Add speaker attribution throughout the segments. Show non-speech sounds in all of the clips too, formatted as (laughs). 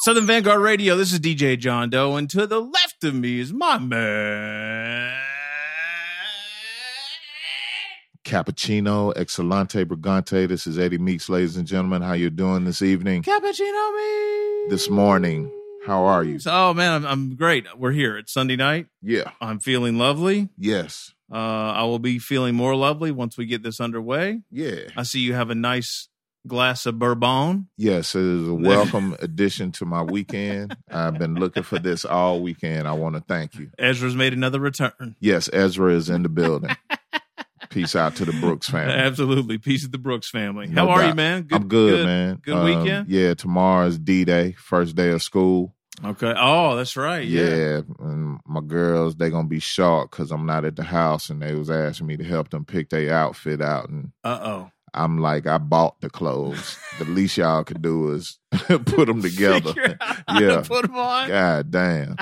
Speaker 1: Southern Vanguard Radio. This is DJ John Doe, and to the left of me is my man.
Speaker 2: Cappuccino, Excelente Brigante. This is Eddie Meeks, ladies and gentlemen. How you doing this evening?
Speaker 1: Cappuccino me.
Speaker 2: This morning. How are you?
Speaker 1: So, oh man, I'm, I'm great. We're here. It's Sunday night.
Speaker 2: Yeah.
Speaker 1: I'm feeling lovely.
Speaker 2: Yes.
Speaker 1: Uh, I will be feeling more lovely once we get this underway.
Speaker 2: Yeah.
Speaker 1: I see you have a nice glass of bourbon.
Speaker 2: Yes, it
Speaker 1: (laughs)
Speaker 2: is a welcome addition to my weekend. I've been looking for this all weekend. I want to thank you.
Speaker 1: Ezra's made another return.
Speaker 2: Yes, Ezra is in the building.
Speaker 1: (laughs)
Speaker 2: Peace out to the Brooks family.
Speaker 1: Absolutely. Peace of the Brooks family.
Speaker 2: No
Speaker 1: How are
Speaker 2: doubt.
Speaker 1: you, man?
Speaker 2: I'm good, man.
Speaker 1: good
Speaker 2: Um,
Speaker 1: weekend?
Speaker 2: Yeah, tomorrow's D Day, first day of school.
Speaker 1: Okay. Oh, that's right.
Speaker 2: yeah.
Speaker 1: Yeah.
Speaker 2: and my girls they gonna be shocked because i'm not at the house and they was asking me to help them pick their outfit out and
Speaker 1: Uh oh.
Speaker 2: i'm like i bought the clothes the least y'all could do is (laughs) put
Speaker 1: (laughs)
Speaker 2: them together
Speaker 1: yeah.
Speaker 2: Yeah.
Speaker 1: Put 'em on.
Speaker 2: god damn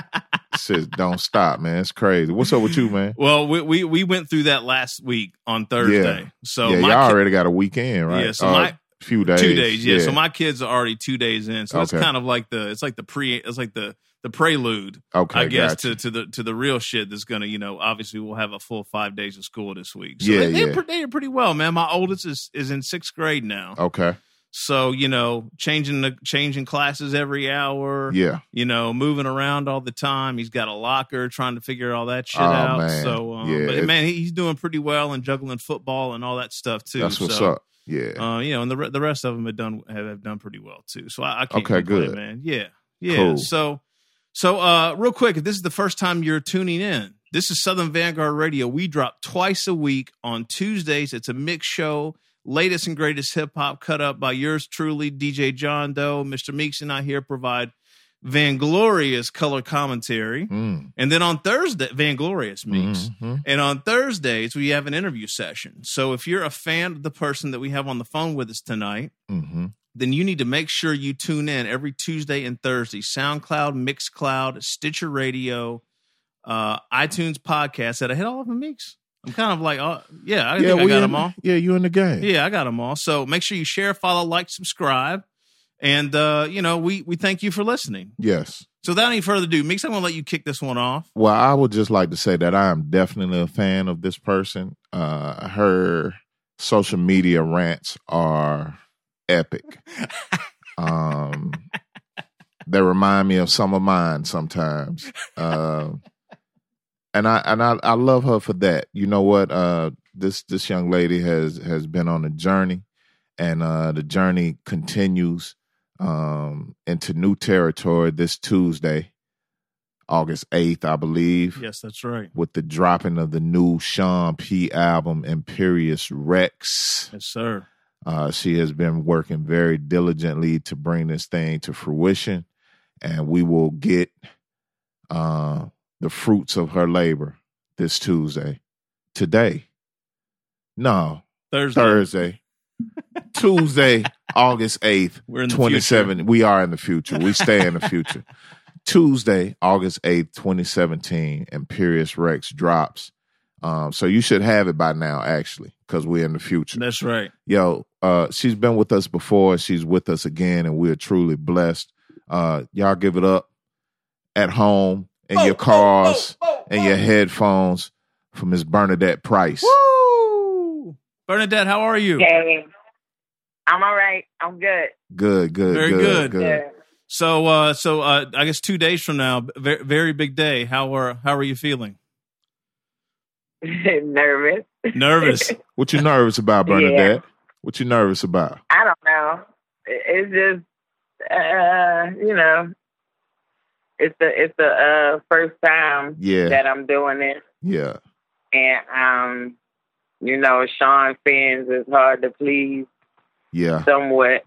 Speaker 2: Says don't stop man it's crazy what's up with you man
Speaker 1: Well, we, we we went through that last week on Thursday. So
Speaker 2: yeah
Speaker 1: my
Speaker 2: y'all
Speaker 1: ki-
Speaker 2: already got a weekend right
Speaker 1: Yeah, so
Speaker 2: Uh,
Speaker 1: my-
Speaker 2: few days
Speaker 1: two days. Yeah. So my kids are already two days in. So it's
Speaker 2: Okay.
Speaker 1: kind of like the it's like the pre it's like the the prelude,
Speaker 2: okay
Speaker 1: I guess,
Speaker 2: gotcha.
Speaker 1: to, to the to the real shit that's gonna, you know, obviously we'll have a full five days of school this week. So
Speaker 2: Yeah,
Speaker 1: they, they,
Speaker 2: yeah.
Speaker 1: Did, pre- they did pretty well, man. My oldest is, is in sixth grade now.
Speaker 2: okay
Speaker 1: So, you know, changing the changing classes every hour,
Speaker 2: yeah
Speaker 1: you know, moving around all the time. He's got a locker trying to figure all that shit
Speaker 2: Oh,
Speaker 1: out.
Speaker 2: man.
Speaker 1: So, um,
Speaker 2: Yeah,
Speaker 1: but
Speaker 2: it-
Speaker 1: man, he- he's doing pretty well and juggling football and all that stuff too.
Speaker 2: that's what's
Speaker 1: so,
Speaker 2: up yeah
Speaker 1: Uh, you know, and the re- the rest of them have done have, have done pretty well too. So I, I can't
Speaker 2: Okay,
Speaker 1: complain,
Speaker 2: good.
Speaker 1: man. Yeah, yeah.
Speaker 2: Cool.
Speaker 1: So, so uh, real quick, if this is the first time you're tuning in, this is Southern Vanguard Radio. We drop twice a week on Tuesdays. It's a mix show, latest and greatest hip hop, cut up by yours truly, DJ John Doe, Mr. Meeks, and I here provide vanglorious color commentary.
Speaker 2: Mm,
Speaker 1: And then on Thursday, vanglorious Meeks.
Speaker 2: mhm.
Speaker 1: And on Thursdays, we have an interview session. So if you're a fan of the person that we have on the phone with us tonight,
Speaker 2: Mhm.
Speaker 1: then you need to make sure you tune in every Tuesday and Thursday. SoundCloud, Mixcloud, Stitcher Radio, uh, iTunes podcast. That I hit all of them, Mix. I'm kind of like, oh, yeah, I think I
Speaker 2: we
Speaker 1: got
Speaker 2: in-
Speaker 1: them all.
Speaker 2: yeah you in the game
Speaker 1: Yeah, I got them all. So make sure you share, follow, like, subscribe. And, uh, you know, we, we thank you for listening.
Speaker 2: yes
Speaker 1: So without any further ado, Meeks, I'm going to let you kick this one off.
Speaker 2: Well, I would just like to say that I am definitely a fan of this person. Uh, her social media rants are epic. um, they remind me of some of mine sometimes. Um and I and I, I love her for that. You know what? Uh, this this young lady has has been on a journey, and uh, the journey continues um, into new territory this Tuesday, August eighth, I believe
Speaker 1: Yes, that's right.
Speaker 2: with the dropping of the new Sean P album, Imperious Rex.
Speaker 1: Yes, sir.
Speaker 2: Uh, she has been working very diligently to bring this thing to fruition, and we will get uh, the fruits of her labor this Tuesday. Today. No,
Speaker 1: Thursday.
Speaker 2: Thursday. Tuesday, August 8th,
Speaker 1: We're in the future.
Speaker 2: 27 we are in the future we stay
Speaker 1: (laughs)
Speaker 2: in the future tuesday august 8th 2017 imperious rex drops um, so you should have it by now actually because we're in the future
Speaker 1: That's right.
Speaker 2: yo uh, she's been with us before she's with us again and we're truly blessed uh, y'all give it up at home in your cars and your headphones for miss bernadette price
Speaker 1: Woo! Bernadette, how are you?
Speaker 3: Hey, I'm all right. I'm good.
Speaker 2: good good
Speaker 1: Very good.
Speaker 2: good good,
Speaker 3: Good.
Speaker 1: So, uh, so uh, I guess two days from now, very, very big day. How are how are you feeling?
Speaker 3: (laughs) Nervous. (laughs)
Speaker 1: Nervous.
Speaker 2: what you nervous about
Speaker 3: Yeah.
Speaker 2: bernadette what you nervous about
Speaker 3: I don't know. It- It's just, uh, you know, it's the it's the uh, first time
Speaker 2: yeah
Speaker 3: that I'm doing it,
Speaker 2: Yeah.
Speaker 3: and um, you know, Sean Fans is hard to please
Speaker 2: Yeah.
Speaker 3: somewhat.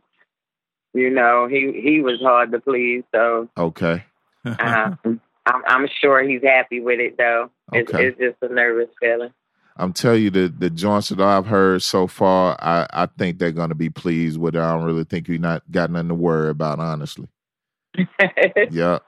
Speaker 3: You know, he he was hard to please, so
Speaker 2: Okay. Uh-huh.
Speaker 3: um, I'm I'm sure he's happy with it though. It's,
Speaker 2: Okay.
Speaker 3: it's just a nervous feeling. (laughs)
Speaker 2: I'm telling you the the joints that I've heard so far, I, I think they're gonna be pleased with it. I don't really think you not got nothing to worry about, honestly. Yeah.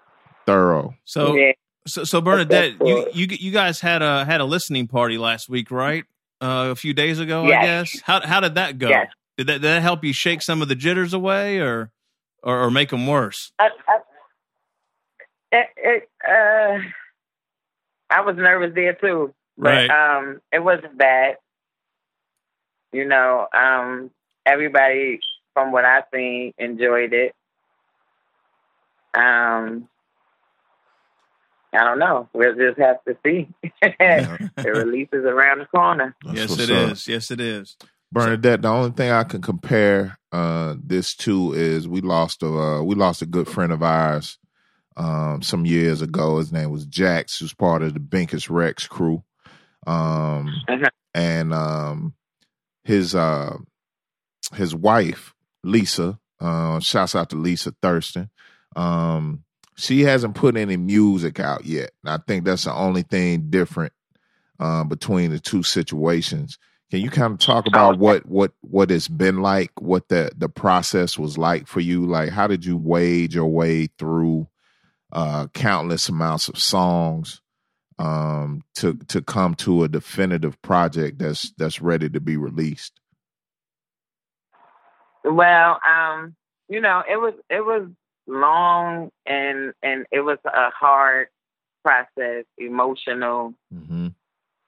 Speaker 2: Thorough.
Speaker 1: (laughs) so,
Speaker 3: yeah.
Speaker 1: so, so Bernadette, you, you you guys had a had a listening party last week, right? Uh, a few days ago, I
Speaker 3: Yes.
Speaker 1: guess. How how did that go?
Speaker 3: Yes.
Speaker 1: Did that, did that help you shake some of the jitters away, or or, or make them worse?
Speaker 3: I, I, It, it, uh, I was nervous there too,
Speaker 1: Right.
Speaker 3: but um, it wasn't bad. You know, um, everybody from what I seen enjoyed it. Um, I don't know. We'll just have to see. (laughs) the
Speaker 2: (laughs) Yeah,
Speaker 1: (laughs)
Speaker 3: Uh, release is around the corner.
Speaker 2: that's
Speaker 1: yes,
Speaker 2: what's
Speaker 1: it is.
Speaker 2: up.
Speaker 1: Yes, it is.
Speaker 2: Bernadette, the only thing I can compare uh, this to is we lost a uh, we lost a good friend of ours um, some years ago. His name was Jax, who's part of the Binkus Rex crew, um,
Speaker 3: Mhm.
Speaker 2: and um, his uh, his wife Lisa. Uh, shouts out to Lisa Thurston. Um, she hasn't put any music out yet. And I think that's the only thing different uh, between the two situations. Can you kind of talk about what what what it's been like, what the the process was like for you? Like, how did you wade your way through uh, countless amounts of songs um, to to come to a definitive project that's that's ready to be released?
Speaker 3: Well, um, you know, it was it was long and and it was a hard process, emotional.
Speaker 2: Mm-hmm.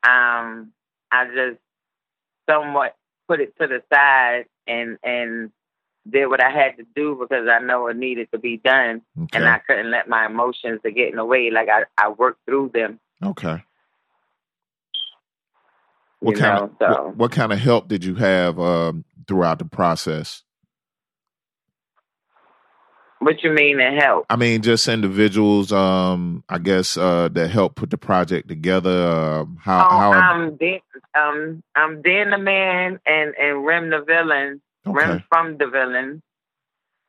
Speaker 3: Um, I just somewhat put it to the side and and did what I had to do because I know it needed to be done,
Speaker 2: Okay.
Speaker 3: and I couldn't let my emotions to get in the way. Like I I worked through them.
Speaker 2: okay.
Speaker 3: You
Speaker 2: What kind
Speaker 3: know,
Speaker 2: of
Speaker 3: so
Speaker 2: what, what kind of help did you have um, throughout the process?
Speaker 3: what you mean it helped?
Speaker 2: I mean, just individuals, um, I guess, uh, that help put the project together. Uh, how?
Speaker 3: oh,
Speaker 2: how
Speaker 3: I'm Dan, um, I'm Dan the man and and Rim the villain. Rem
Speaker 2: okay.
Speaker 3: from the villain.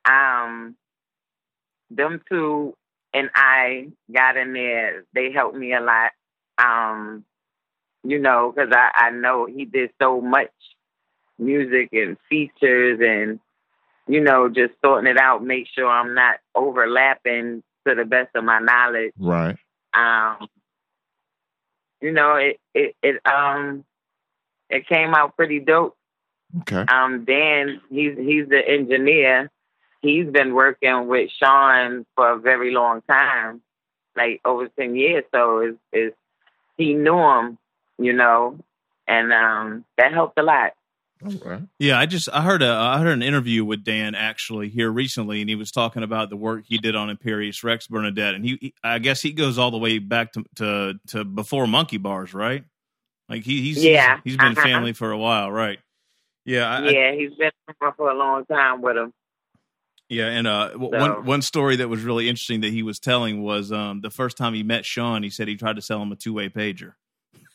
Speaker 3: Um, them two and I got in there. They helped me a lot. Um, you know, because I I know he did so much music and features and you know just sorting it out. Make sure I'm not overlapping to the best of my knowledge
Speaker 2: Right.
Speaker 3: um you know it it, it um it came out pretty dope
Speaker 2: Okay.
Speaker 3: um dan he's he's the engineer he's been working with sean for a very long time like over 10 years so it's, it's he knew him you know and um that helped a lot
Speaker 2: All right.
Speaker 1: Yeah, I just I heard a I heard an interview with Dan actually here recently, and he was talking about the work he did on Imperious Rex Bernadette, and he, he- I guess he goes all the way back to to, to before Monkey Bars, right? Like he, he's
Speaker 3: Yeah.
Speaker 1: he's been
Speaker 3: Uh-huh.
Speaker 1: family for a while, right? Yeah, I, I-
Speaker 3: yeah he's been around for a long time with him
Speaker 1: Yeah, and uh, w
Speaker 3: So-
Speaker 1: one one story that was really interesting that he was telling was um, the first time he met Sean, he said he tried to sell him a two way
Speaker 3: (laughs)
Speaker 1: pager.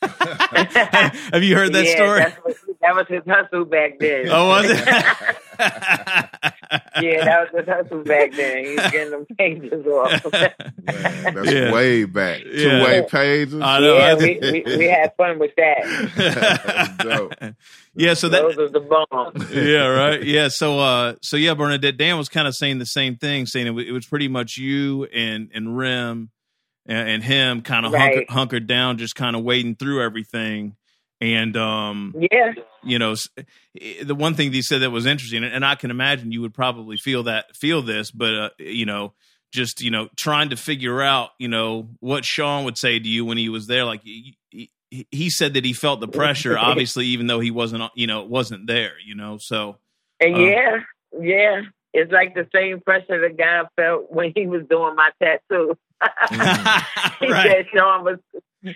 Speaker 1: (laughs) Have you heard that
Speaker 3: yeah,
Speaker 1: story?
Speaker 3: that's what- that was his hustle back then
Speaker 1: Oh, (laughs) was it?
Speaker 3: (laughs) yeah, that was his hustle back then. He was getting them
Speaker 1: (laughs)
Speaker 3: changes off.
Speaker 2: Man, that's
Speaker 1: Yeah.
Speaker 2: way back.
Speaker 1: Yeah.
Speaker 2: Two way
Speaker 1: (laughs)
Speaker 2: pages.
Speaker 1: Oh, I know.
Speaker 3: (laughs) yeah, we, we, we had fun with that.
Speaker 2: Dope.
Speaker 1: (laughs) yeah, so that
Speaker 3: Those was the bomb.
Speaker 1: (laughs) yeah, right. Yeah. So, uh, so yeah, Bernadette Dan was kind of saying the same thing, saying it, wa- it was pretty much you and and Rim and, and him kind of hunker,
Speaker 3: Right.
Speaker 1: hunkered down, just kind of wading through everything. And um,
Speaker 3: Yeah,
Speaker 1: you know, s- eh, the one thing that he said that was interesting, and- and I can imagine you would probably feel that feel this, but uh, you know, just you know, trying to figure out, you know, what Sean would say to you when he was there. Like he, he, he said that he felt the
Speaker 3: (laughs)
Speaker 1: pressure, obviously, even though he wasn't, you know, wasn't there. You know, so
Speaker 3: and
Speaker 1: Uh.
Speaker 3: yeah, yeah. It's like the same pressure the guy felt when he was doing my tattoo. (laughs)
Speaker 1: (laughs)
Speaker 3: He
Speaker 1: right,
Speaker 3: said Sean was.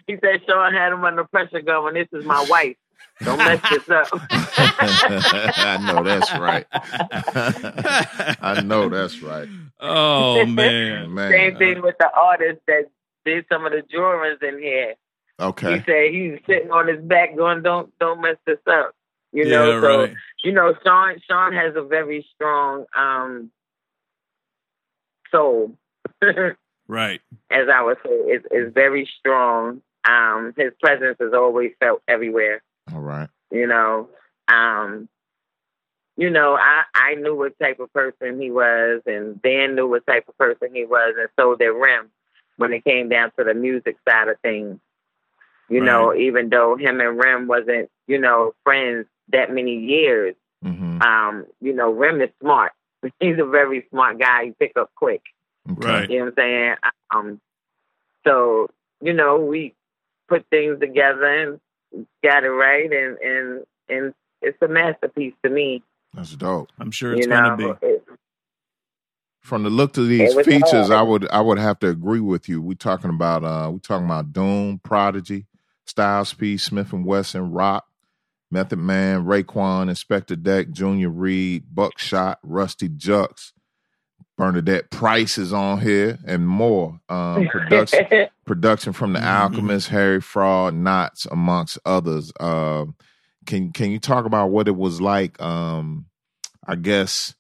Speaker 3: He said Sean had him under pressure, going, "This is my wife. Don't mess
Speaker 1: (laughs)
Speaker 3: this up."
Speaker 2: (laughs) I know that's right. I
Speaker 3: (laughs)
Speaker 2: know that's right.
Speaker 1: (laughs) oh man,
Speaker 2: Man.
Speaker 3: Same thing with the artist that did some of the drawings in here. He
Speaker 2: Okay.
Speaker 3: said he's sitting on his back going, "Don't don't mess this up." (laughs) You
Speaker 1: yeah,
Speaker 3: know, so
Speaker 1: right,
Speaker 3: you know, Sean Sean has a very strong um soul, (laughs) as
Speaker 1: right,
Speaker 3: I would say, is is very strong. Um, his presence is always felt everywhere.
Speaker 2: All right.
Speaker 3: You know, um, you know, I I knew what type of person he was, and Dan knew what type of person he was, and so did Rim when it came down to the music side of things. You know, even though him and Rim wasn't, you know, friends that many years
Speaker 2: Mm-hmm.
Speaker 3: (laughs) um, you know, Rem is smart. He's a very smart guy. He pick up quick.
Speaker 1: Right.
Speaker 3: You know what I'm saying? Um, so you know, we put things together and got it right, and and and it's a masterpiece to me.
Speaker 2: That's dope.
Speaker 1: I'm sure it's
Speaker 3: You
Speaker 1: going to
Speaker 3: know,
Speaker 1: be.
Speaker 3: It-
Speaker 2: From the look of these
Speaker 3: It was
Speaker 2: features,
Speaker 3: hard.
Speaker 2: I would I would have to agree with you. We're talking about uh we're talking about Doom, Prodigy, Styles P, Smith and Wesson, Rock, Method Man, Raekwon, Inspector Deck, Junior Reed, Buckshot, Rusty Jux, Bernadette Price is on here, and more.
Speaker 3: (laughs)
Speaker 2: Um production production from the
Speaker 1: Mhm.
Speaker 2: Alchemist, Harry Fraud, Knots, amongst others. Um, can can you talk about what it was like? Um, I guess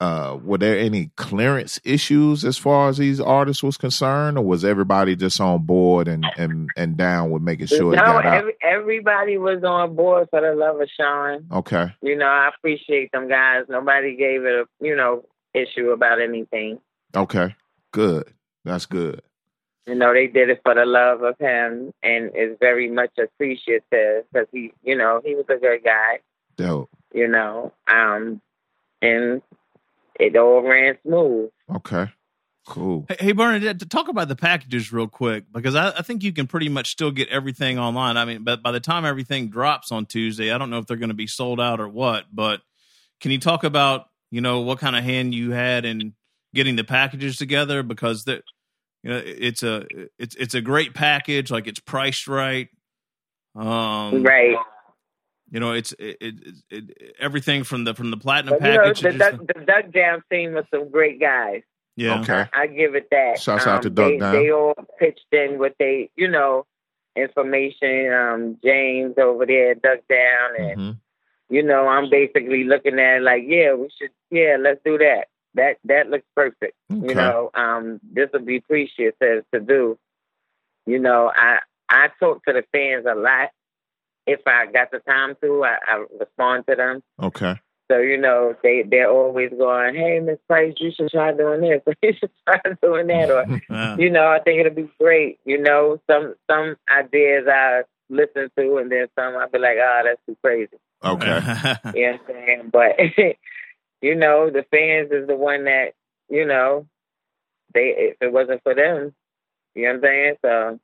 Speaker 2: uh, were there any clearance issues as far as these artists was concerned, or was everybody just on board and and, and down with making sure it
Speaker 3: no,
Speaker 2: got out?
Speaker 3: every, everybody was on board for the love of Sean.
Speaker 2: Okay,
Speaker 3: You know, I appreciate them guys. Nobody gave it a you know issue about anything.
Speaker 2: okay, good. That's good.
Speaker 3: You know, they did it for the love of him, and it's very much appreciative because he, you know, he was a good guy.
Speaker 2: Dope.
Speaker 3: You know, um, and it all ran smooth.
Speaker 2: Okay, cool.
Speaker 1: Hey, hey, Bernadette, to talk about the packages real quick because I, I think you can pretty much still get everything online. I mean, but by the time everything drops on Tuesday, I don't know if they're going to be sold out or what. But can you talk about you know what kind of hand you had in getting the packages together because that you know it's a it's it's a great package, like it's priced right. Um,
Speaker 3: Right.
Speaker 1: You know, it's it, it, it, it- everything from the from the platinum
Speaker 3: But, you know,
Speaker 1: package.
Speaker 3: the
Speaker 1: to just
Speaker 3: Duck, the Duck Down team was some great guys.
Speaker 1: the- yeah.
Speaker 2: Okay,
Speaker 3: I give it that. Um,
Speaker 2: Shouts out to Duck
Speaker 3: they,
Speaker 2: Down.
Speaker 3: They all pitched in with they, you know, information. Um, James over there, at Duck Down, and
Speaker 2: hmm
Speaker 1: Mm-hmm.
Speaker 3: you know, I'm basically looking at it like, yeah, we should, yeah, let's do that. That that looks perfect.
Speaker 2: okay,
Speaker 3: you know um this would be appreciated to do you know i i talk to the fans a lot if i got the time to i, I respond to them
Speaker 2: okay.
Speaker 3: so you know they they're always going hey miss price you should try doing this (laughs) you should try doing that or
Speaker 1: Uh,
Speaker 3: you know i think it'll be great you know some some ideas i listen to and then some i'll be like oh that's too crazy
Speaker 2: (laughs) okay. (laughs)
Speaker 3: you know what I'm saying? But (laughs) you know, the fans is the one that, you know, they if it wasn't for them, you know what I'm saying? So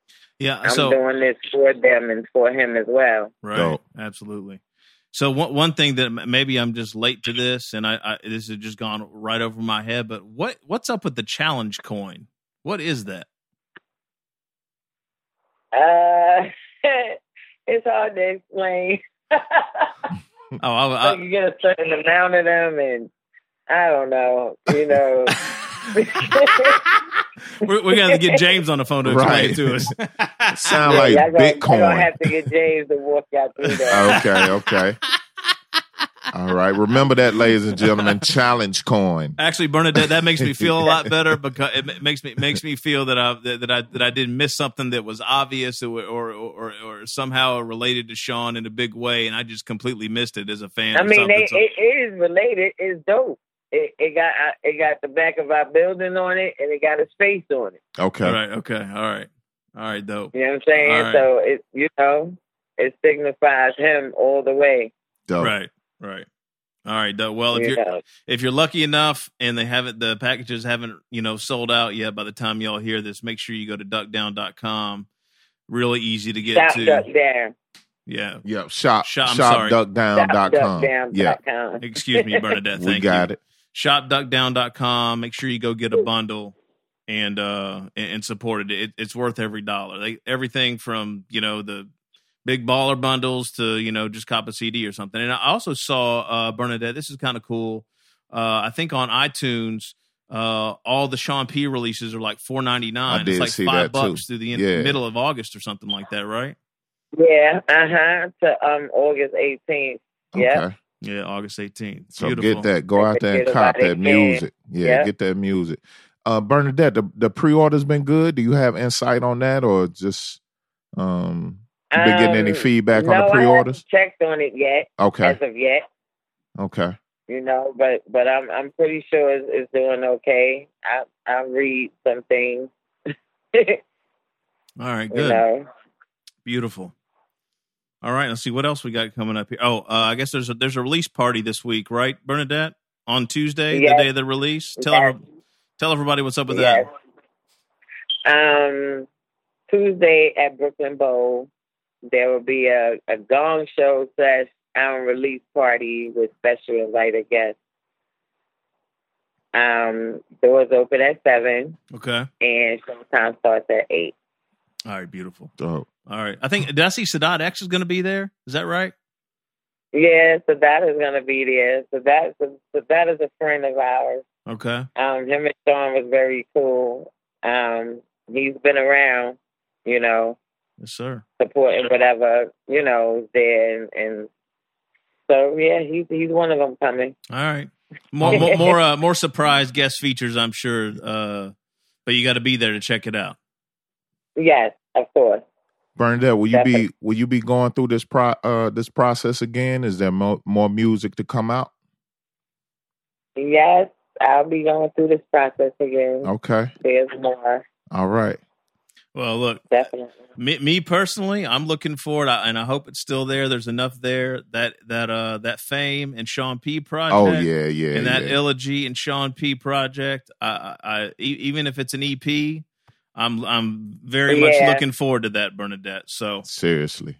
Speaker 1: (laughs) yeah.
Speaker 3: I'm
Speaker 1: So
Speaker 3: doing this for them and for him as well.
Speaker 1: Right.
Speaker 2: Dope.
Speaker 1: Absolutely. So one one thing that m- maybe I'm just late to this, and I, I this has just gone right over my head. But what what's up with the challenge coin? What is that?
Speaker 3: Uh (laughs) it's hard to explain. (laughs)
Speaker 2: Uh,
Speaker 1: Oh, I,
Speaker 3: like you get a certain amount of them and I don't know,
Speaker 2: (laughs)
Speaker 3: you know.
Speaker 1: I, (laughs) we're, we're gonna have to get James on the phone to explain
Speaker 2: Right.
Speaker 1: it to us.
Speaker 2: Sound
Speaker 3: Yeah,
Speaker 2: like
Speaker 3: (laughs) y'all gonna- y'all
Speaker 2: Bitcoin.
Speaker 3: gonna have to get James to walk y'all
Speaker 2: (laughs)
Speaker 3: through that.
Speaker 2: okay, okay. All right. Remember that, ladies and gentlemen. Challenge coin.
Speaker 1: Actually, Bernadette, that makes me feel a lot better because it ma- makes me makes me feel that I that, that I that I didn't miss something that was obvious or or or, or somehow related to Sean in a big way, and I just completely missed it as a fan.
Speaker 3: I
Speaker 1: or
Speaker 3: mean,
Speaker 1: something.
Speaker 3: they,
Speaker 1: So-
Speaker 3: it it is related. It's dope. It, it got uh, it got the back of our building on it, and it got a space on it.
Speaker 2: Okay.
Speaker 1: Right. Okay. All right. All right. Dope.
Speaker 3: You know what I'm saying?
Speaker 1: Alright.
Speaker 3: So it you know it signifies him all the way.
Speaker 2: Dope.
Speaker 1: Right. Right. All right. Dope.
Speaker 2: Oh,
Speaker 1: Well, if
Speaker 3: you
Speaker 1: you're
Speaker 3: know?
Speaker 1: if you're lucky enough and they haven't the packages haven't you know sold out yet by the time y'all hear this, make sure you go to duckdown.com. Really easy to get
Speaker 3: Stop
Speaker 1: to.
Speaker 3: duck down.
Speaker 1: Yeah.
Speaker 2: Yep. Shop.
Speaker 1: Shop, I'm sorry.
Speaker 3: Stop duck
Speaker 2: Shopduckdown.com.
Speaker 3: down.
Speaker 2: Yeah.
Speaker 3: dot com.
Speaker 1: Excuse me, Bernadette.
Speaker 2: (laughs) We
Speaker 1: Thank
Speaker 2: got
Speaker 1: you.
Speaker 2: it.
Speaker 1: Shopduckdown.com. Make sure you go get a bundle and uh and, and support it. it. It's worth every dollar. They everything from you know the big baller bundles to you know just cop a CD or something. And I also saw uh Bernadette. This is kind of cool. Uh I think on iTunes. Uh, all the Sean P releases are like four ninety
Speaker 2: I
Speaker 1: nine.
Speaker 2: did
Speaker 1: It's like
Speaker 2: see
Speaker 1: five
Speaker 2: that too.
Speaker 1: bucks through the end,
Speaker 2: Yeah.
Speaker 1: middle of August or something like that, right?
Speaker 3: Yeah. Uh huh. To um August 18th.
Speaker 2: Okay.
Speaker 3: Yeah.
Speaker 1: Yeah, August eighteenth.
Speaker 2: So
Speaker 1: Beautiful.
Speaker 2: get that. Go out there and
Speaker 3: Get
Speaker 2: cop
Speaker 3: about it,
Speaker 2: that
Speaker 3: man.
Speaker 2: music. Yeah,
Speaker 3: Yeah.
Speaker 2: Get that music. Uh, Bernadette, the, the pre order's been good. Do you have insight on that or just um you been getting any
Speaker 3: Um,
Speaker 2: feedback on
Speaker 3: no,
Speaker 2: the
Speaker 3: I
Speaker 2: pre orders?
Speaker 3: haven't checked on it yet,
Speaker 2: Okay.
Speaker 3: as of yet.
Speaker 2: Okay.
Speaker 3: you know. But but I'm I'm pretty sure it's, it's doing okay. I I read some things, (laughs) you
Speaker 1: All right, good.
Speaker 3: know.
Speaker 1: Beautiful. All right, let's see what else we got coming up here. Oh, uh, I guess there's a there's a release party this week, right, Bernadette? On Tuesday,
Speaker 3: Yes.
Speaker 1: the day of the release. Tell
Speaker 3: Yes.
Speaker 1: every- Tell everybody what's up with
Speaker 3: yes.
Speaker 1: that.
Speaker 3: Um, Tuesday at Brooklyn Bowl, there will be a, a gong show slash album release party with special invited guests. Um, doors open at seven,
Speaker 1: Okay.
Speaker 3: and showtime starts at eight.
Speaker 1: All right. Beautiful.
Speaker 2: Dope.
Speaker 1: All right. I think did I see Sadat X is going to be there? Is that right?
Speaker 3: Yeah, so that is gonna be there. So that so that is a friend of ours.
Speaker 1: Okay.
Speaker 3: Um, him and Sean was very cool. Um, he's been around, you know,
Speaker 1: Yes, sir.
Speaker 3: supporting whatever you know is there, and, and so yeah, he's he's one of them coming.
Speaker 1: All right. More more more, uh, more surprise guest features, I'm sure. Uh, but you got to be there to check it out.
Speaker 3: Yes, of course.
Speaker 2: Bernadette, will you be
Speaker 3: Definitely.
Speaker 2: will you be going through this pro uh this process again? Is there mo- more music to come out?
Speaker 3: Yes, I'll be going through this process again.
Speaker 2: Okay,
Speaker 3: There's more,
Speaker 2: all right.
Speaker 1: Well, look,
Speaker 3: definitely.
Speaker 1: me, me personally, I'm looking forward, I, and I hope it's still there. There's enough there that that uh that fame and Sean P project.
Speaker 2: Oh yeah, yeah,
Speaker 1: and that
Speaker 2: yeah.
Speaker 1: Elegy and Sean P project. I, I, I- e- even if it's an EP, I'm I'm very much
Speaker 3: Yeah.
Speaker 1: looking forward to that, Bernadette. So
Speaker 2: Seriously,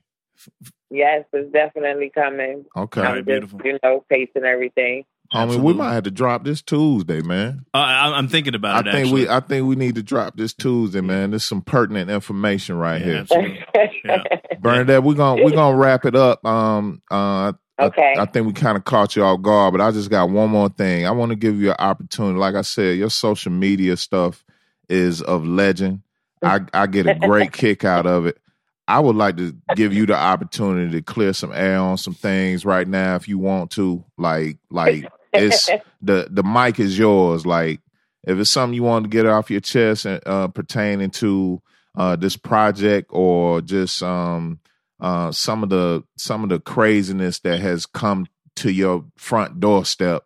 Speaker 3: Yes, it's definitely coming.
Speaker 2: okay,
Speaker 1: All
Speaker 3: I'm
Speaker 1: right,
Speaker 3: just
Speaker 1: beautiful.
Speaker 3: you know pacing everything.
Speaker 2: homie,
Speaker 1: absolutely.
Speaker 2: we might have to drop this Tuesday, man.
Speaker 1: I, I- I'm thinking about
Speaker 2: I
Speaker 1: it.
Speaker 2: think
Speaker 1: actually.
Speaker 2: we I think we need to drop this Tuesday, man. There's some pertinent information right
Speaker 1: Yeah,
Speaker 2: here.
Speaker 1: absolutely.
Speaker 3: (laughs)
Speaker 1: Yeah.
Speaker 2: Bernadette, we're gonna we're gonna wrap it up. Um, uh,
Speaker 3: okay.
Speaker 2: I think we kind of caught you off guard, but I just got one more thing. I want to give you an opportunity. Like I said, your social media stuff is of legend. I, I get a great kick out of it. I would like to give you the opportunity to clear some air on some things right now if you want to. Like like it's the the mic is yours. Like if it's something you want to get off your chest and uh, pertaining to uh, this project or just um, uh, some of the some of the craziness that has come to your front doorstep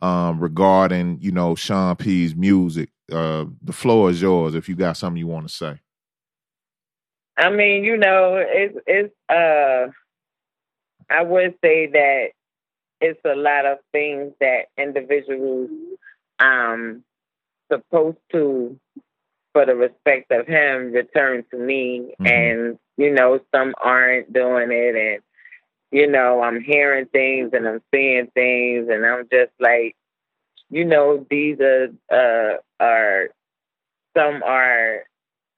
Speaker 2: um, regarding you know Sean P's music. Uh, the floor is yours if you got something you want to say.
Speaker 3: I mean, you know, it's it's uh I would say that it's a lot of things that individuals um supposed to for the respect of him return to me
Speaker 2: Mhm.
Speaker 3: and you know, some aren't doing it and you know, I'm hearing things and I'm seeing things and I'm just like, you know, these are uh are some are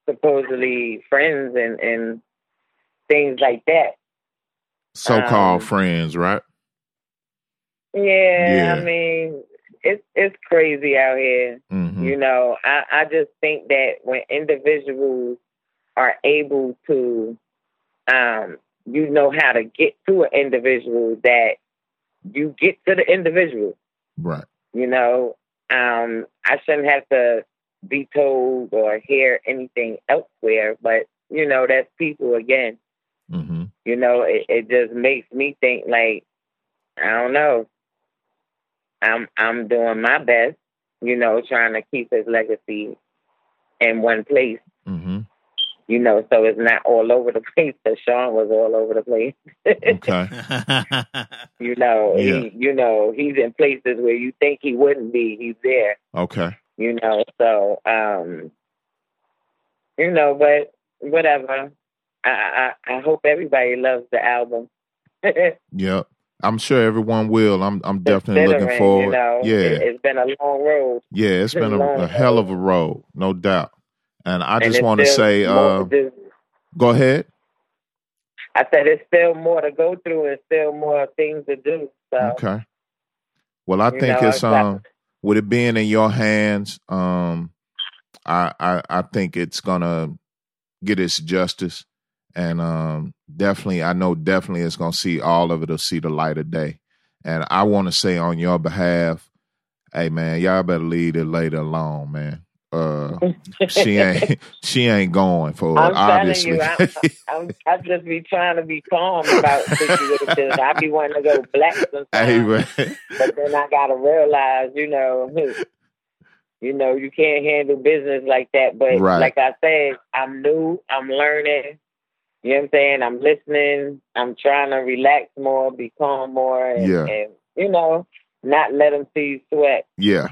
Speaker 3: supposedly friends and, and things like that.
Speaker 2: So called
Speaker 3: Um,
Speaker 2: friends, right?
Speaker 3: Yeah,
Speaker 2: Yeah.
Speaker 3: I mean, it's it's crazy out here.
Speaker 2: Mm-hmm.
Speaker 3: You know, I, I just think that when individuals are able to, um, you know how to get to an individual that you get to the individual.
Speaker 2: Right.
Speaker 3: You know, um, I shouldn't have to be told or hear anything elsewhere, but you know, that's people again.
Speaker 2: Mm-hmm.
Speaker 3: you know, it, it just makes me think like, I don't know. I'm I'm doing my best, you know, trying to keep his legacy in one place,
Speaker 2: Mm-hmm.
Speaker 3: you know, so it's not all over the (laughs) place. Because Sean was all over the place,
Speaker 2: Okay.
Speaker 1: (laughs)
Speaker 3: you know.
Speaker 2: Yeah.
Speaker 3: He, you know, he's in places where you think he wouldn't be. He's there,
Speaker 2: Okay.
Speaker 3: you know. So, um, you know, but whatever. I I, I I hope everybody loves the album. (laughs)
Speaker 2: Yep. I'm sure everyone will. I'm I'm definitely
Speaker 3: considering,
Speaker 2: looking forward.
Speaker 3: You know,
Speaker 2: yeah.
Speaker 3: it, has been a long road.
Speaker 2: yeah. It's been a, a hell of a road, no doubt. And I
Speaker 3: and
Speaker 2: just
Speaker 3: it's
Speaker 2: want to
Speaker 3: still
Speaker 2: say,
Speaker 3: more
Speaker 2: uh,
Speaker 3: to-
Speaker 2: go ahead.
Speaker 3: I said it's still more to go through and still more things to do. So
Speaker 2: Okay. Well, I
Speaker 3: You
Speaker 2: think
Speaker 3: know,
Speaker 2: it's
Speaker 3: I-
Speaker 2: um with it being in your hands, um, I I, I think it's gonna get its justice, and um, definitely, I know definitely it's gonna see all of it'll see the light of day. And I want to say on your behalf, hey man, y'all better leave it later alone, man.
Speaker 3: (laughs)
Speaker 2: Uh, she ain't (laughs) she ain't going for it,
Speaker 3: I'm
Speaker 2: obviously.
Speaker 3: telling you, I'm, I'm, I just be trying to be calm about situations. I be wanting to go black sometimes,
Speaker 2: (laughs) (laughs) hey man, (laughs)
Speaker 3: but then I gotta realize, you know, (laughs) you know, you can't handle business like that. But
Speaker 2: Right.
Speaker 3: like I said, I'm new. I'm learning. You know what I'm saying? I'm listening. I'm trying to relax more, be calm more, and,
Speaker 2: Yeah.
Speaker 3: and you know, not let them see you sweat.
Speaker 2: yeah,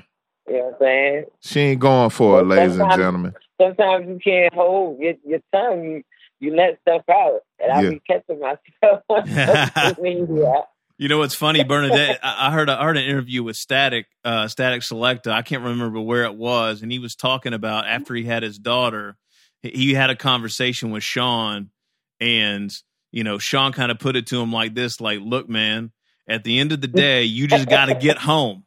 Speaker 3: You know what saying?
Speaker 2: She ain't going for it,
Speaker 3: Well,
Speaker 2: ladies and
Speaker 3: sometimes-
Speaker 2: gentlemen.
Speaker 3: Sometimes you can't hold your, your tongue. You, you let stuff out, and I
Speaker 2: Yeah.
Speaker 3: be catching myself. (laughs) I mean, yeah.
Speaker 1: You know what's funny, Bernadette? I I heard I heard an interview with Static uh, Static Selecta. I can't remember where it was, and he was talking about after he had his daughter, he- he had a conversation with Sean, and you know Sean kind of put it to him like this: like, look, man, at the end of the day, you just got to get home.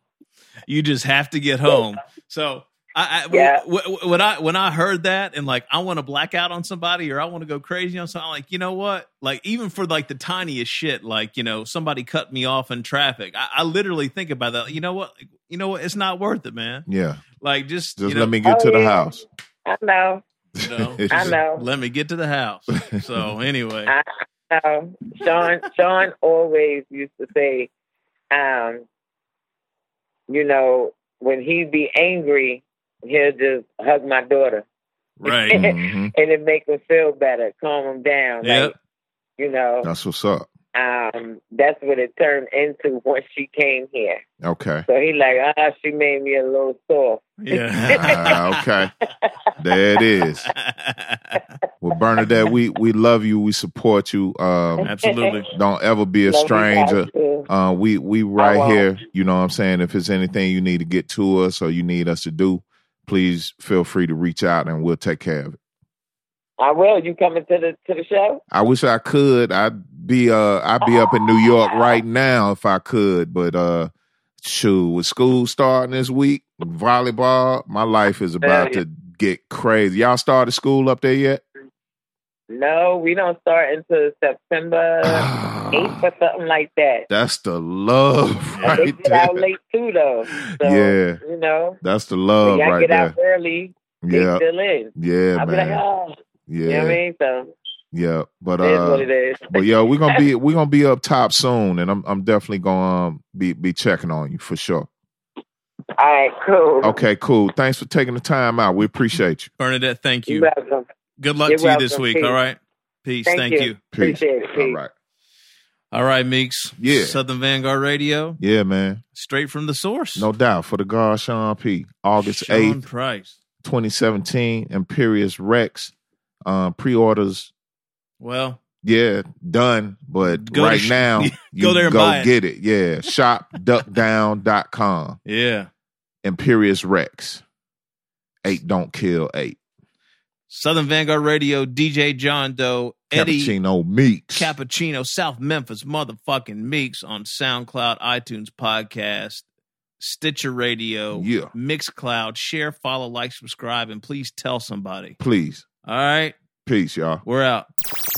Speaker 1: You just have to get home. So. I, I
Speaker 3: Yeah.
Speaker 1: w- w- when I when I heard that and like I want to black out on somebody or I want to go crazy on something, I'm like you know what? Like even for like the tiniest shit, like you know somebody cut me off in traffic, I, I literally think about that. You know what? You know what? It's not worth it, man.
Speaker 2: Yeah.
Speaker 1: Like just,
Speaker 2: Just
Speaker 1: you know,
Speaker 2: let me get
Speaker 3: Oh,
Speaker 2: to the
Speaker 3: yeah. (laughs)
Speaker 2: house.
Speaker 3: I know.
Speaker 2: (laughs)
Speaker 1: No.
Speaker 2: It's
Speaker 3: I
Speaker 2: just-
Speaker 3: know.
Speaker 1: let me get to the house.
Speaker 2: (laughs)
Speaker 1: So anyway,
Speaker 3: I- No, Um, Sean Sean always used to say, um, you know, when he be angry, he'll just hug my daughter,
Speaker 1: right?
Speaker 3: (laughs)
Speaker 2: Mhm.
Speaker 3: and it make him feel better, calm him down.
Speaker 1: Yep.
Speaker 3: Like, you know,
Speaker 2: That's what's up.
Speaker 3: um, that's what it turned into once she came here.
Speaker 2: Okay.
Speaker 3: So he like, ah, she made me a little soft.
Speaker 1: Yeah.
Speaker 2: Ah, okay. There it is. Well, Bernadette, we we love you. We support you. Um,
Speaker 3: (laughs)
Speaker 1: Absolutely.
Speaker 2: don't ever be a
Speaker 3: Love you guys,
Speaker 2: stranger.
Speaker 3: too.
Speaker 2: Uh, we we
Speaker 3: I
Speaker 2: right
Speaker 3: won't.
Speaker 2: here. You know what I'm saying? If it's anything you need to get to us or you need us to do, please feel free to reach out and we'll take care of it.
Speaker 3: I will. You coming to the to the show?
Speaker 2: I wish I could. I'd be uh I'd be up in New York
Speaker 3: Oh.
Speaker 2: right now if I could, but uh shoot, with school starting this week, volleyball, my life is about
Speaker 3: yeah.
Speaker 2: to get crazy. Y'all started school up there yet?
Speaker 3: No, we don't start until September
Speaker 2: (sighs)
Speaker 3: eighth or something like that.
Speaker 2: That's the love
Speaker 1: Yeah.
Speaker 3: They
Speaker 2: right
Speaker 3: get out
Speaker 2: there.
Speaker 3: late too, though. So,
Speaker 2: Yeah,
Speaker 3: You know,
Speaker 2: that's the
Speaker 3: when
Speaker 2: love
Speaker 3: y'all
Speaker 2: right
Speaker 3: get
Speaker 2: there.
Speaker 3: out early, they
Speaker 2: Yeah,
Speaker 3: still in.
Speaker 2: yeah,
Speaker 3: I'll be like,
Speaker 2: man.
Speaker 3: oh, you know what I
Speaker 2: Yeah,
Speaker 3: mean? So
Speaker 2: yeah. But
Speaker 3: it is what
Speaker 2: uh,
Speaker 3: it is.
Speaker 2: but yo, we're gonna be we're gonna be up top soon, and I'm I'm definitely gonna um, be be checking on you for sure.
Speaker 3: (laughs) All right, cool.
Speaker 2: Okay, cool. Thanks for taking the time out. We appreciate you.
Speaker 1: (laughs) Bernadette, thank
Speaker 3: You
Speaker 1: you.
Speaker 3: welcome.
Speaker 1: Good luck
Speaker 3: You're
Speaker 1: to you this
Speaker 3: welcome.
Speaker 1: week.
Speaker 3: Peace.
Speaker 1: All right. Peace.
Speaker 3: Thank
Speaker 1: Thank,
Speaker 3: you.
Speaker 1: you.
Speaker 2: Peace.
Speaker 3: Appreciate it.
Speaker 2: All right.
Speaker 1: All right, Meeks.
Speaker 2: Yeah.
Speaker 1: Southern Vanguard Radio,
Speaker 2: Yeah, man.
Speaker 1: straight from the source.
Speaker 2: No doubt. For the guard Sean P. August
Speaker 1: Sean
Speaker 2: eighth,
Speaker 1: Price.
Speaker 2: twenty seventeen, Imperious Rex. Um, pre-orders,
Speaker 1: Well,
Speaker 2: yeah, done. But
Speaker 1: Go to
Speaker 2: right
Speaker 1: sh- (laughs)
Speaker 2: now,
Speaker 1: go
Speaker 2: you
Speaker 1: there and
Speaker 2: go
Speaker 1: buy it.
Speaker 2: get it. Yeah. Shopduckdown.com.
Speaker 1: yeah.
Speaker 2: Imperious Rex. Eight don't kill eight.
Speaker 1: Southern Vanguard Radio, DJ John Doe, Eddie
Speaker 2: Cappuccino Meeks.
Speaker 1: Cappuccino, South Memphis, motherfucking Meeks on SoundCloud, iTunes Podcast, Stitcher Radio,
Speaker 2: Yeah.
Speaker 1: Mixcloud. Share, follow, like, subscribe, and please tell somebody.
Speaker 2: Please.
Speaker 1: All right,
Speaker 2: Peace, y'all.
Speaker 1: we're out.